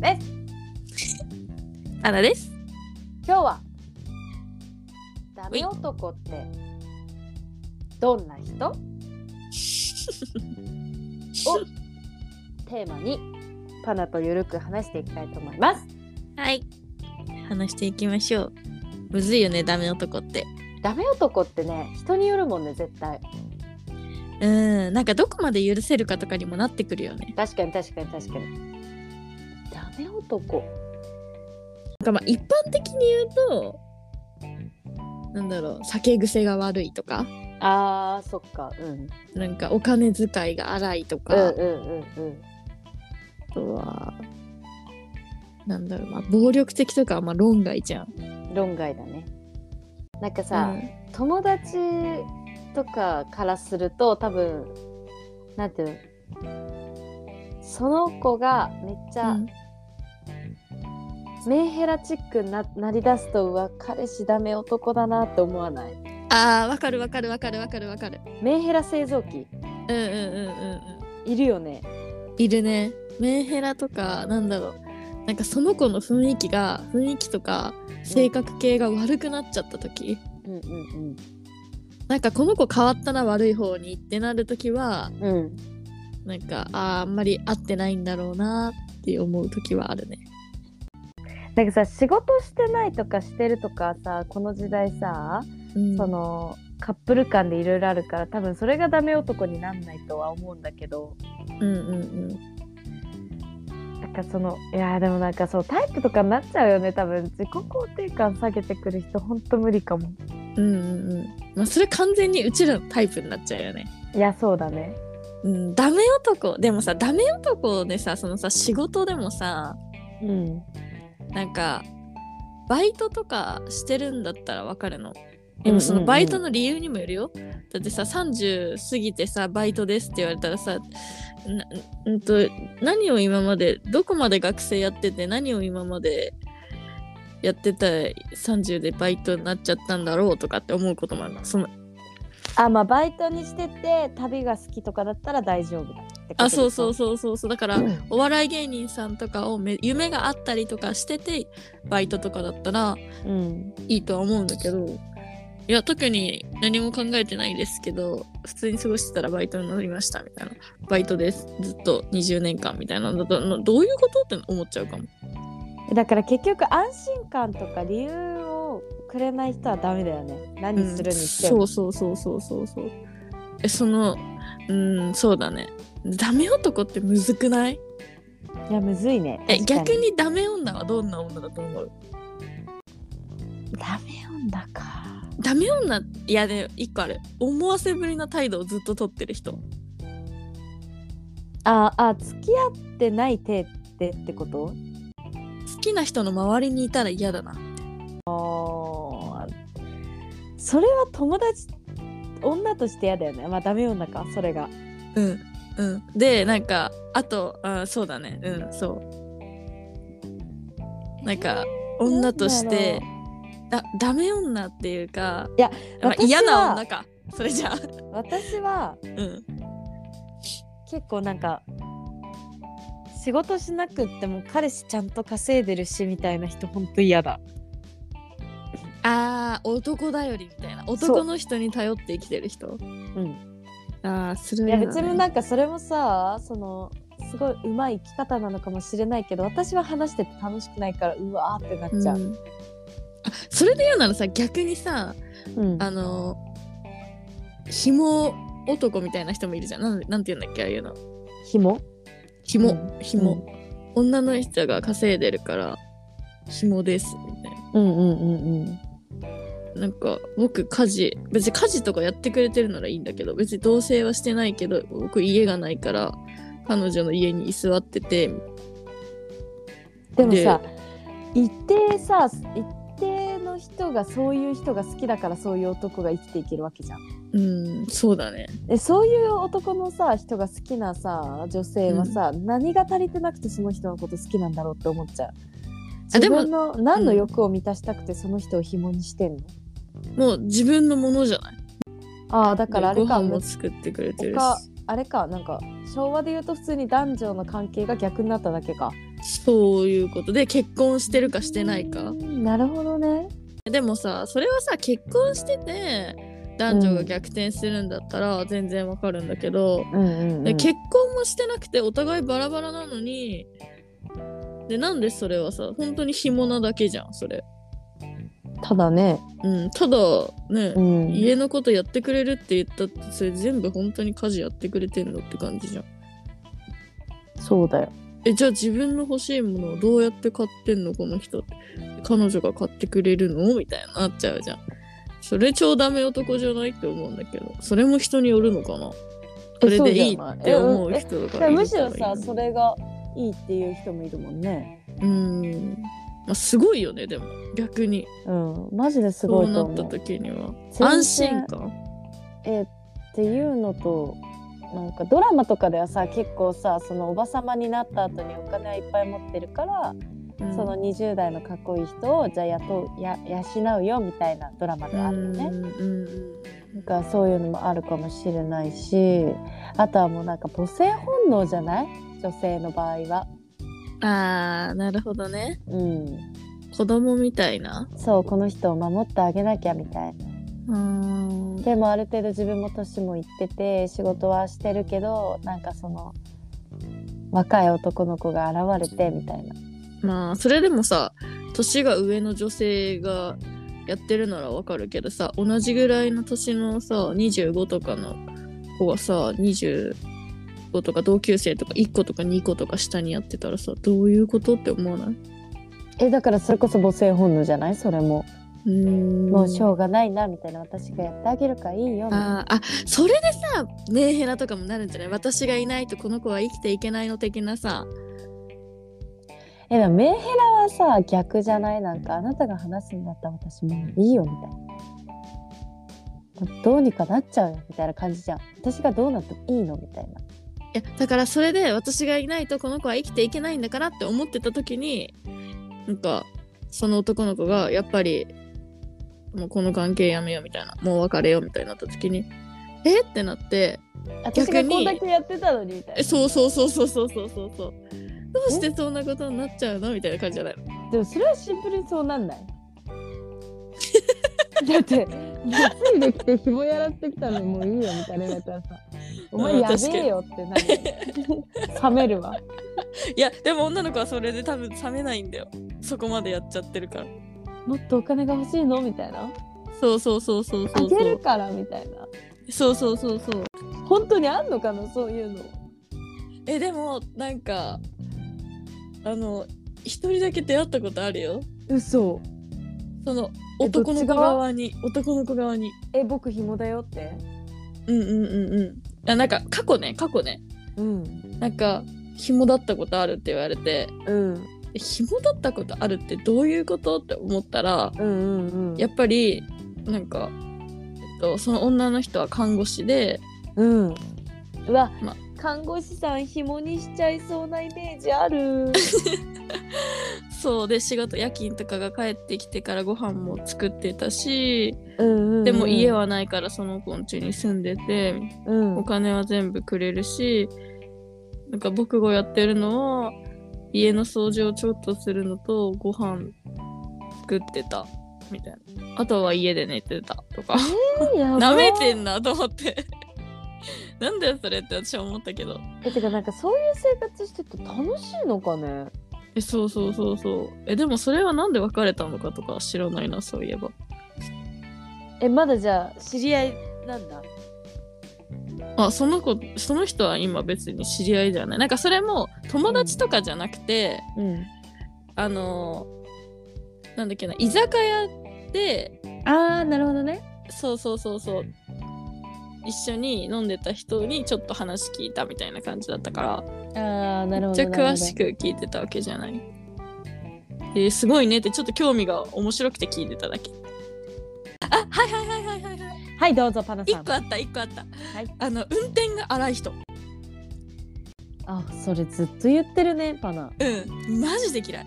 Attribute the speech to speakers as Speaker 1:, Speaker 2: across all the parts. Speaker 1: です
Speaker 2: アナです。
Speaker 1: 今日はダメ男ってどんな 人をテーマにパナとゆるく話していきたいと思います
Speaker 2: はい。話していきましょう。むずいよね、ダメ男って。
Speaker 1: ダメ男ってね人によるもんね絶対
Speaker 2: うん、なんかどこまで許せるかとかにもなってくるよね。
Speaker 1: 確かに確かに確かにダメ男
Speaker 2: なんかまあ一般的に言うと、なんだろう、酒癖が悪いとか、
Speaker 1: あーそっかうん
Speaker 2: なんかお金遣いが荒いと
Speaker 1: うん
Speaker 2: か、
Speaker 1: うんうんうん
Speaker 2: あとは、なんだろう、まあ暴力的とかはまあ論外じゃん。
Speaker 1: 論外だねなんかさ、
Speaker 2: うん
Speaker 1: 友達とかからすると多分なんていうのその子がめっちゃ
Speaker 2: うん
Speaker 1: メンヘラチックにななりだすとうわ彼氏ダメ男だなって思わない
Speaker 2: あー、わかるわかるわかるわかるわかる。
Speaker 1: メンヘラ製造機
Speaker 2: うんうんうんうんうん。
Speaker 1: いるよね
Speaker 2: いるねメンヘラとかなんだろうなんかその子の雰囲気が雰囲気とか性格系が悪くなっちゃった時、
Speaker 1: うんうん
Speaker 2: なんかこの子変わったな悪い方にってなる時は
Speaker 1: うんうん
Speaker 2: なんかあーあんまり合ってないんだろうなって思う時はあるね
Speaker 1: なんかさ仕事してないとかしてるとかさこの時代さ、
Speaker 2: うん
Speaker 1: そのカップル間でいろいろあるから多分それがダメ男になんないとは思うんだけど、
Speaker 2: うんうん
Speaker 1: なんかそのいやーでもなんかそうタイプとかになっちゃうよね多分自己肯定感下げてくる人ほんと無理かも
Speaker 2: うんうんうんうんまあそれ完全にうちらのタイプになっちゃうよね
Speaker 1: いやそうだね
Speaker 2: うん、ダメ男でもさダメ男でさそのさ仕事でもさ
Speaker 1: うん
Speaker 2: なんかバイトとかしてるんだったらわかるの。
Speaker 1: うん
Speaker 2: で
Speaker 1: うんうん
Speaker 2: もそのバイトの理由にもよるよ。だってさ30過ぎてさバイトですって言われたらさなうんと何を今までどこまで学生やってて何を今までやってた30でバイトになっちゃったんだろうとかって思うこともあるの。その
Speaker 1: あまあバイトにしてて旅が好きとかだったら大丈夫だってこと
Speaker 2: あそうそう
Speaker 1: そ
Speaker 2: そうそうそうだからお笑い芸人さんとかをめ夢があったりとかしててバイトとかだったら
Speaker 1: ううん
Speaker 2: いいとは思うんだけどいや特に何も考えてないですけど普通に過ごしてたらバイトになりましたみたいなバイトですずっと20年間みたいなのだとなどういうことって思っちゃうかも
Speaker 1: だから結局安心感とか理由をくれない人はダメだよね何するにして
Speaker 2: う
Speaker 1: も、
Speaker 2: んそうそうそうそうそうそうえそのうんそうだねダメ男ってむずくない
Speaker 1: いやむずいね
Speaker 2: え
Speaker 1: 確か
Speaker 2: 逆にダメ女はどんな女だと思う
Speaker 1: ダメ女か
Speaker 2: ダメ女いやね一個ある思わせぶりな態度をずっと取ってる人
Speaker 1: ああ付き合ってない手ってってこと
Speaker 2: 好きな人の周りにいたら嫌だな
Speaker 1: あーそれは友達女として嫌だよねまあダメ女かそれが
Speaker 2: うんうん、でなんかあとあそうだねうんそうなんか女としてだダメ女っていうか
Speaker 1: いや、
Speaker 2: まあ
Speaker 1: 私は
Speaker 2: 嫌な女かそれじゃあ、
Speaker 1: 私は
Speaker 2: うん、
Speaker 1: 結構なんか仕事しなくっても彼氏ちゃんと稼いでるしみたいな人ほんと嫌だ
Speaker 2: あー男頼りみたいな男の人に頼って生きてる人
Speaker 1: うん
Speaker 2: ああそれ
Speaker 1: い
Speaker 2: は
Speaker 1: や
Speaker 2: 嫌だ
Speaker 1: 別
Speaker 2: ね
Speaker 1: になんかそれもさそのすごい上手い生き方なのかもしれないけど私は話してて楽しくないからうわーってなっちゃう、
Speaker 2: んあそれで言うならさ逆にさ
Speaker 1: うん
Speaker 2: あの紐男みたいな人もいるじゃんなんなんて言うんだっけああいうの
Speaker 1: 紐
Speaker 2: 紐、
Speaker 1: うん
Speaker 2: 紐、女の人が稼いでるから紐ですみたいな
Speaker 1: うんうんうんうん
Speaker 2: なんか僕家事別に家事とかやってくれてるならいいんだけど別に同棲はしてないけど僕家がないから彼女の家に居座ってて
Speaker 1: でもさ
Speaker 2: で
Speaker 1: 一定さ一定の人がそういう人が好きだからそういう男が生きていけるわけじゃん
Speaker 2: うんそうだね
Speaker 1: でそういう男のさ人が好きなさ女性はさ、何が足りてなくてその人のこと好きなんだろうって思っちゃう
Speaker 2: あ
Speaker 1: 自
Speaker 2: でも
Speaker 1: 分の何の欲を満たしたくてその人を紐にしてんの、
Speaker 2: もう自分のものじゃない
Speaker 1: ああだからあれか
Speaker 2: でご飯も作ってくれてるし
Speaker 1: 他あれかなんか昭和で言うと普通に男女の関係が逆になっただけか
Speaker 2: そういうことで結婚してるかしてないか
Speaker 1: うんなるほどね。
Speaker 2: でもさそれはさ結婚してて男女が逆転するんだったら全然わかるんだけど、
Speaker 1: うんうん、
Speaker 2: で結婚もしてなくてお互いバラバラなのにでなんでそれはさ本当に紐なだけじゃんそれ、
Speaker 1: ただね、
Speaker 2: うん、ただね、
Speaker 1: うん、
Speaker 2: 家のことやってくれるって言ったってそれ全部本当に家事やってくれてんのって感じじゃん
Speaker 1: そうだよ。
Speaker 2: えじゃあ自分の欲しいものをどうやって買ってんのこの人彼女が買ってくれるのみたいになっちゃうじゃんそれ超ダメ男じゃないって思うんだけどそれも人によるのかなそれでいいって思う
Speaker 1: え
Speaker 2: 人と
Speaker 1: そうじゃ
Speaker 2: か
Speaker 1: ないえうんえ
Speaker 2: いるからいいの
Speaker 1: むしろさそれがいいっていう人もいるもんね。
Speaker 2: うんまあすごいよねでも逆に
Speaker 1: うんマジです
Speaker 2: そ
Speaker 1: ごいう
Speaker 2: な
Speaker 1: と
Speaker 2: っ
Speaker 1: 思
Speaker 2: た
Speaker 1: う。
Speaker 2: 時には
Speaker 1: 全然
Speaker 2: 安心感
Speaker 1: えっていうのとなんかドラマとかではさ結構さそのおばさまになった後にお金はいっぱい持ってるから、
Speaker 2: うん
Speaker 1: その20代のかっこいい人をじゃあ雇うや養うよみたいなドラマがあるよね。
Speaker 2: うんうん
Speaker 1: なんかそういうのもあるかもしれないしあとはもうなんか母性本能じゃない女性の場合は。
Speaker 2: うんああなるほどね
Speaker 1: うん、
Speaker 2: 子供みたいな
Speaker 1: そうこの人を守ってあげなきゃみたいな。
Speaker 2: うん
Speaker 1: でもある程度自分も年もいってて仕事はしてるけどなんかその若い男の子が現れてみたいな。
Speaker 2: まあそれでもさ年が上の女性がやってるならわかるけどさ同じぐらいの年のさ25とかの子がさ25とか同級生とか1個とか2個とか下にやってたらさどういうことって思わない
Speaker 1: えだからそれこそ母性本能じゃないそれも、
Speaker 2: うーん
Speaker 1: もうしょうがないなみたいな私がやってあげるからいいよみたいな
Speaker 2: あーあそれでさメンヘラとかもなるんじゃない私がいないとこの子は生きていけないの的なさ
Speaker 1: えでもメンヘラはさ逆じゃないなんかあなたが話すんだったら私もういいよみたいなどうにかなっちゃうよみたいな感じじゃん私がどうなってもいいのみたいない
Speaker 2: やだからそれで私がいないとこの子は生きていけないんだからって思ってた時になんかその男の子がやっぱりもうこの関係やめようみたいなもう別れようみたいになった時にえってなって
Speaker 1: 私がこんだけやってたのにみたい
Speaker 2: えそうそうそうそうそうそうそうそうどうしてそんなことになっちゃうのみたいな感じじゃないの
Speaker 1: なでもそれはシンプルにそうなんない だってついできてひもやらってきたのにもういいよみたいなやったらさお前やべえよってなる冷める わ
Speaker 2: いやでも女の子はそれで多分冷めないんだよそこまでやっちゃってるから
Speaker 1: もっとお金が欲しいのみたいな
Speaker 2: そうそうそうそうそ
Speaker 1: あ
Speaker 2: う
Speaker 1: げるからみたいな
Speaker 2: そうそうそうそう
Speaker 1: 本当にあんのかなそういうの
Speaker 2: えでもなんかあの一人だけ出会ったことあるよ
Speaker 1: 嘘
Speaker 2: その
Speaker 1: えどっち
Speaker 2: 男の子
Speaker 1: 側
Speaker 2: 側に男の子側に
Speaker 1: え僕紐だよって
Speaker 2: うんうんうんうんあなんか過去ね過去ね
Speaker 1: うん
Speaker 2: なんか紐だったことあるって言われて
Speaker 1: うん
Speaker 2: え紐だったことあるってどういうことって思ったら
Speaker 1: うんうんうん
Speaker 2: やっぱりなんか、えっと、その女の人は看護師で
Speaker 1: うんうわ、
Speaker 2: ま
Speaker 1: 看護師さん紐にしちゃいそうなイメージある
Speaker 2: そうで仕事夜勤とかが帰ってきてからご飯も作ってたし
Speaker 1: うんうん、
Speaker 2: でも家、はないからその子ん家に住んでて
Speaker 1: うん、
Speaker 2: お金は全部くれるしなんか僕がやってるのは家の掃除をちょっとするのとご飯作ってたみたいなあとは家で寝てたとか
Speaker 1: やば
Speaker 2: なめてんなと思ってなんだよそれって私は思ったけど
Speaker 1: えてかなんかそういう生活してて楽しいのかね
Speaker 2: えそうそうそうそうえでもそれはなんで別れたのかとか知らないなそういえば
Speaker 1: えまだじゃあ知り合いなんだ
Speaker 2: あその子その人は今別に知り合いじゃないなんかそれも友達とかじゃなくて、
Speaker 1: うん
Speaker 2: あのーなんだっけな居酒屋で
Speaker 1: ああなるほどね
Speaker 2: そうそうそうそう一緒に飲んでた人にちょっと話聞いたみたいな感じだったから
Speaker 1: ああなるほど
Speaker 2: めっちゃ詳しく聞いてたわけじゃない。えーすごいねってちょっと興味が面白くて聞いてただけ。あはいはいはいはいはいはい。
Speaker 1: はいどうぞパナさん
Speaker 2: 1個あった1個あった。
Speaker 1: はい
Speaker 2: あの運転が荒い人。
Speaker 1: あそれずっと言ってるねパナ
Speaker 2: うんマジで嫌い。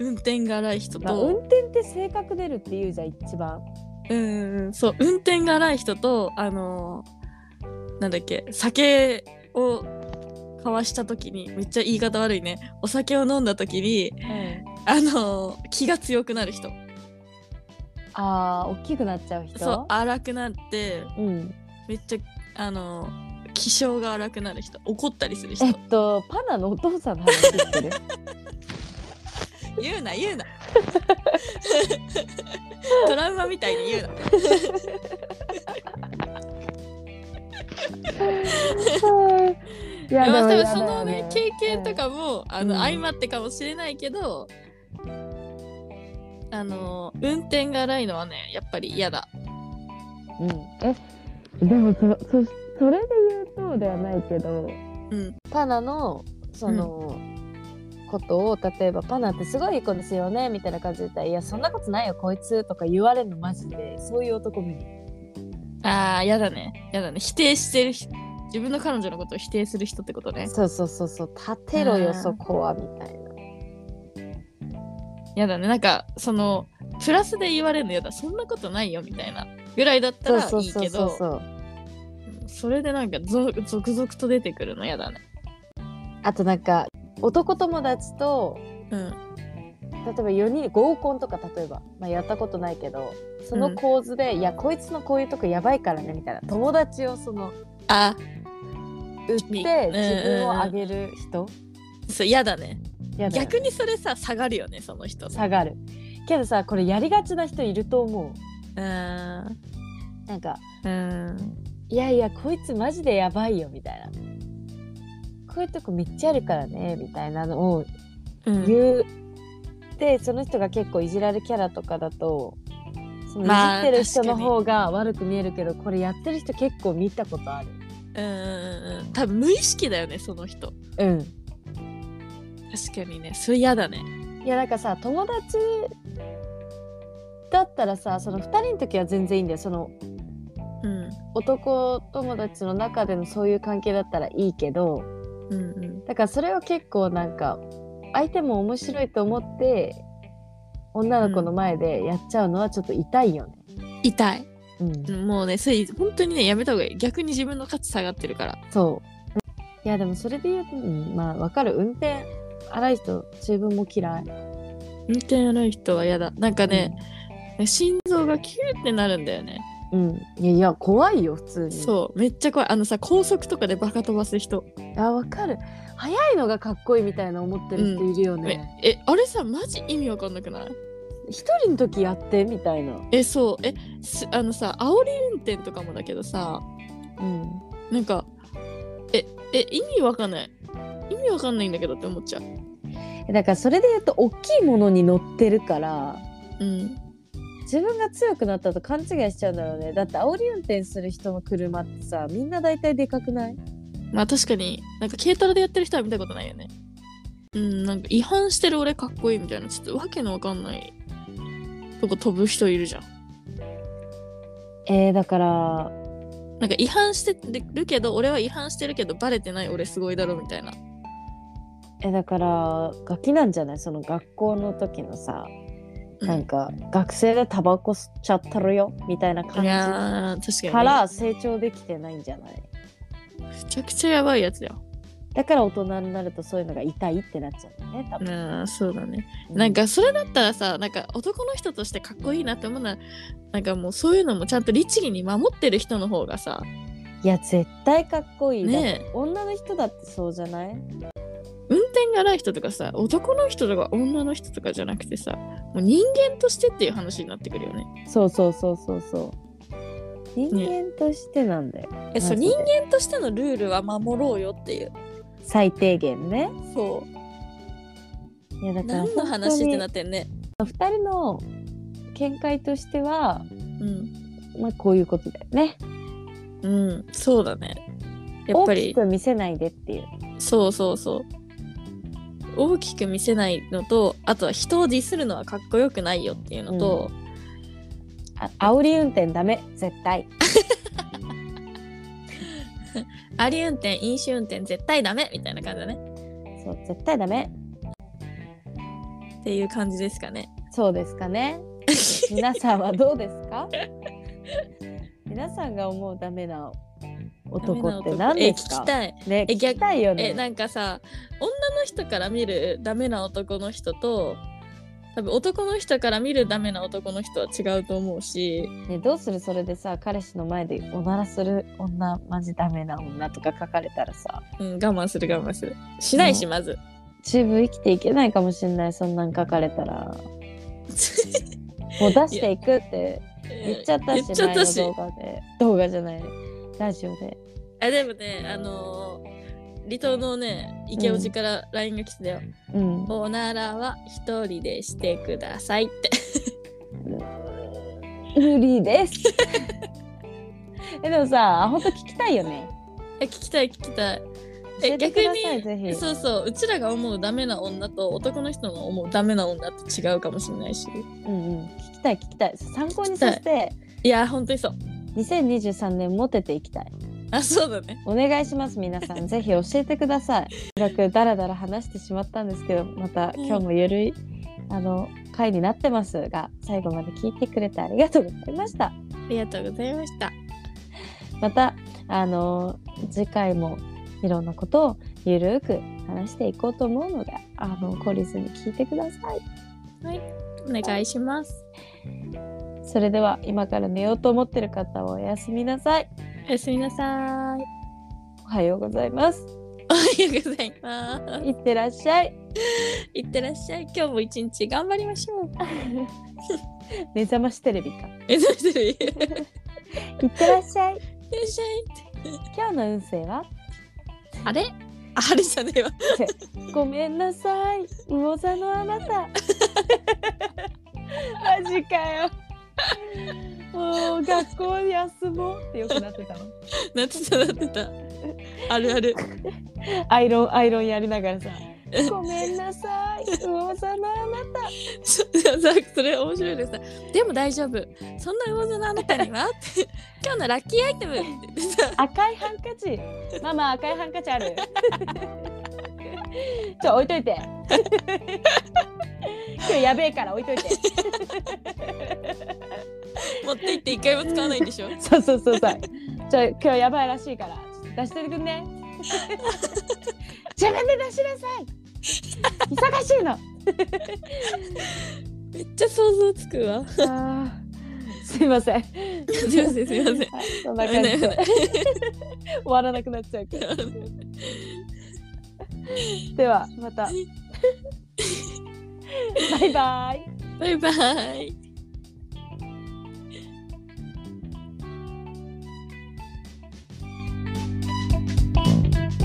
Speaker 2: 運転が荒い人と。
Speaker 1: まあ、運転って性格出るって言うじゃん一番
Speaker 2: うんそう運転が荒い人とあのーなんだっけ酒を交わした時にめっちゃ言い方悪いねお酒を飲んだ時に
Speaker 1: うん、
Speaker 2: あの気が強くなる人
Speaker 1: ああ大きくなっちゃう人
Speaker 2: そう荒くなって
Speaker 1: うん、
Speaker 2: めっちゃあの気性が荒くなる人怒ったりする人
Speaker 1: えっとパナのお父さんの話して る
Speaker 2: 言うな言うな トラウマみたいに言うな
Speaker 1: はいいや
Speaker 2: まあ
Speaker 1: で
Speaker 2: 多
Speaker 1: も
Speaker 2: 分そのね経験と、かも、あの
Speaker 1: うん
Speaker 2: 相まってかもしれないけど、あの運転が荒いのはねやっぱり嫌だ
Speaker 1: うんえでもそそそれで言うとではないけど
Speaker 2: うん
Speaker 1: パナのその、ことを例えば「パナってすごいいい子ですよね」みたいな感じで言ったら「いやそんなことないよこいつ」とか言われるのマジでそういう男見る
Speaker 2: あー嫌だね嫌だね否定してる人自分の彼女のことを否定する人ってことね
Speaker 1: そうそうそうそう立てろ
Speaker 2: あ
Speaker 1: よ
Speaker 2: ー
Speaker 1: そこはみたいな
Speaker 2: 嫌だねなんかそのプラスで言われるの嫌だそんなことないよみたいなぐらいだった
Speaker 1: そう
Speaker 2: ら
Speaker 1: そう
Speaker 2: いい
Speaker 1: そう
Speaker 2: け
Speaker 1: そう
Speaker 2: ど
Speaker 1: そう
Speaker 2: それでなんかぞ続々と出てくるの嫌だね
Speaker 1: あとなんか男友達と
Speaker 2: う
Speaker 1: 例
Speaker 2: ん
Speaker 1: えば4人合コンとか例えば、まあ、やったことないけどその構図で、いやこいつのこういうとこやばいからねみたいな友達をその
Speaker 2: あ
Speaker 1: 売っ
Speaker 2: み
Speaker 1: て自分を
Speaker 2: うんうんうん
Speaker 1: 上げる人
Speaker 2: そう嫌だね
Speaker 1: やだよ
Speaker 2: 逆にそれさ下がるよねその人
Speaker 1: 下がるけどさこれやりがちな人いると思
Speaker 2: う
Speaker 1: う
Speaker 2: ん
Speaker 1: なんか
Speaker 2: うん
Speaker 1: いやいやこいつマジでやばいよみたいなこういうとこめっちゃあるからねみたいなのを
Speaker 2: うん、
Speaker 1: 言う、でその人が結構いじられキャラとかだとそのい
Speaker 2: まあ
Speaker 1: じってる人
Speaker 2: 確か
Speaker 1: の
Speaker 2: に
Speaker 1: 方が悪く見えるけど、これやってる人結構見たことある
Speaker 2: うん、多分無意識だよねその人
Speaker 1: うん
Speaker 2: 確かにねそれ嫌だね
Speaker 1: いやなんかさ友達だったらさその2人の時は全然いいんだよその
Speaker 2: うん
Speaker 1: 男友達の中でのそういう関係だったらいいけど
Speaker 2: うんうん
Speaker 1: だからそれを結構なんか相手も面白いと思って女の子の前でやっちゃうのはちょっと痛いよね。
Speaker 2: 痛い
Speaker 1: うん
Speaker 2: もうねそれ本当にねやめた方がいい逆に自分の価値下がってるから
Speaker 1: そういやでもそれで言うと、うんまあわかる運転荒い人自分も嫌い。
Speaker 2: 運転荒い人は嫌だなんかね、心臓がキューってなるんだよね、
Speaker 1: うん、いやいや怖いよ普通に。
Speaker 2: そうめっちゃ怖いあのさ高速とかでバカ飛ばす人、
Speaker 1: あわかる早いのがかっこいいみたいな思ってる人いるよね。
Speaker 2: ええあれさマジ意味わかんなくない
Speaker 1: 一人の時やってみたいな。
Speaker 2: えそうえすあのさ煽り運転とかもだけどさ
Speaker 1: うん。
Speaker 2: なんかええ意味わかんない意味わかんないんだけどって思っちゃう
Speaker 1: だからそれで言うと大きいものに乗ってるから
Speaker 2: うん
Speaker 1: 自分が強くなったと勘違いしちゃうんだろうね。だって煽り運転する人の車ってさみんな大体でかくない
Speaker 2: まあ確かになんか軽トラでやってる人は見たことないよねうんなんか違反してる俺かっこいいみたいなちょっとわけのわかんないとこ飛ぶ人いるじゃん
Speaker 1: えー、だから
Speaker 2: なんか違反してるけど俺は違反してるけどバレてない俺すごいだろみたいな
Speaker 1: えだからガキなんじゃないその学校の時のさ、
Speaker 2: うん
Speaker 1: なんか学生でタバコ吸っちゃったろよみたいない感
Speaker 2: やー確か
Speaker 1: じ
Speaker 2: に
Speaker 1: から成長できてないんじゃない
Speaker 2: めちゃくちゃやばいやつだよ
Speaker 1: だから大人になるとそういうのが痛いってなっちゃうんだよね多分。
Speaker 2: うんそうだねなんかそれだったらさなんか男の人としてかっこいいなって思うのはなんかもうそういうのもちゃんと律儀に守ってる人の方がさ
Speaker 1: いや絶対かっこいい、だって
Speaker 2: ねえ
Speaker 1: 女の人だってそうじゃない
Speaker 2: 運転が荒い人とかさ男の人とか女の人とかじゃなくてさもう人間としてっていう話になってくるよね。
Speaker 1: そうそうそうそうそう人間としてなんだよ、
Speaker 2: えそ
Speaker 1: マ
Speaker 2: う
Speaker 1: ジで
Speaker 2: 人間としてのルールは守ろうよっていう
Speaker 1: 最低限ね
Speaker 2: そ
Speaker 1: いやだ
Speaker 2: う
Speaker 1: から
Speaker 2: 何の話ってな
Speaker 1: っ
Speaker 2: ってんね。
Speaker 1: 2人の見解としては
Speaker 2: うん、
Speaker 1: まあこういうことだよね
Speaker 2: うん、そうだね。やっぱ
Speaker 1: 大き
Speaker 2: り
Speaker 1: く見せないでっていう
Speaker 2: そうそうそう。大きく見せないのとあとは人をディスるのはかっこよくないよっていうのと、
Speaker 1: あ煽り運転ダメ絶対
Speaker 2: あり運転飲酒運転絶対ダメみたいな感じだね
Speaker 1: そう絶対ダメ
Speaker 2: っていう感じですかね
Speaker 1: そうですかね 皆さんはどうですか皆さんが思うダメな男って
Speaker 2: ダ
Speaker 1: 何
Speaker 2: メ
Speaker 1: で
Speaker 2: な男え
Speaker 1: す
Speaker 2: 聞
Speaker 1: か
Speaker 2: きたい
Speaker 1: ね
Speaker 2: え
Speaker 1: 聞きたいよ
Speaker 2: え
Speaker 1: ね
Speaker 2: なんかさ女の人から見るダメな男の人と多分男の人から見るダメな男の人は違うと思うし
Speaker 1: ねどうするそれでさ彼氏の前でおならする女マジダメな女とか書かれたらさ
Speaker 2: うん、我慢する我慢するしないし
Speaker 1: う
Speaker 2: まず
Speaker 1: 十分生きていけないかもしれないそんなん書かれたらもう出していくって 言っちゃったし
Speaker 2: 言っちゃったし
Speaker 1: 前の動画で動画じゃないラジオで
Speaker 2: あでもねあのー離島のね池おじから LINE が来てたよ、
Speaker 1: うん
Speaker 2: おならは一人でしてくださいって
Speaker 1: 無理ですえでもさ本当聞きたいよね
Speaker 2: え聞きたい聞きたい
Speaker 1: 教え
Speaker 2: え
Speaker 1: て
Speaker 2: 逆
Speaker 1: ください
Speaker 2: に
Speaker 1: ぜひ
Speaker 2: そうそううちらが思うダメな女と男の人の思うダメな女って違うかもしれないし
Speaker 1: うんうん聞きたい聞きたい参考に
Speaker 2: 聞きた
Speaker 1: さ
Speaker 2: い
Speaker 1: せて
Speaker 2: いや本当にそう
Speaker 1: 2023年モテていきたい
Speaker 2: あそうだね
Speaker 1: お願いします皆さんぜひ教えてください長くだらだら話してしまったんですけどまた
Speaker 2: うん
Speaker 1: 今日もゆるい、あの回になってますが最後まで聞いてくれてありがとうございました
Speaker 2: ありがとうございました
Speaker 1: またあの次回もいろんなことをゆるく話していこうと思うのであの懲りずに聞いてください
Speaker 2: お願いします
Speaker 1: それでは今から寝ようと思ってる方はおやすみなさい
Speaker 2: おやすみなさーい
Speaker 1: おはようございます
Speaker 2: おはようございます
Speaker 1: いってらっしゃ い
Speaker 2: いってらっしゃい今日も一日頑張りましょう
Speaker 1: 目覚ましテレビか
Speaker 2: えどうしてるいって
Speaker 1: いってらっしゃい
Speaker 2: らっしゃい
Speaker 1: 今日の運勢は
Speaker 2: あれあれじゃねえわ
Speaker 1: ごめんなさい、魚座のあなた。マジかよ。もう学校休もうってよくなってたの。
Speaker 2: なってたなってたあるある
Speaker 1: アイロン、アイロンやりながらさ。ごめんなさい、魚座のあな
Speaker 2: そさそれ面白いですでも大丈夫そんな魚座のあなたに はって今日のラッキーアイテムってさ
Speaker 1: た。赤いハンカチ。ママ、赤いハンカチある。ちょ、置いといて。今日やべえから置いといて。
Speaker 2: 持って行って一回も使わないんでしょ
Speaker 1: そうそうそうそう。ちょ今日やばいらしいから出してくん ね。自分で出しなさい。忙しいの。あ
Speaker 2: めっちゃ想像つくわ
Speaker 1: あすいません。
Speaker 2: すいませんすいま
Speaker 1: は
Speaker 2: せん
Speaker 1: いそんな感じで終わらなくなっちゃうけど。ではまた。バイバイ。
Speaker 2: バイバイ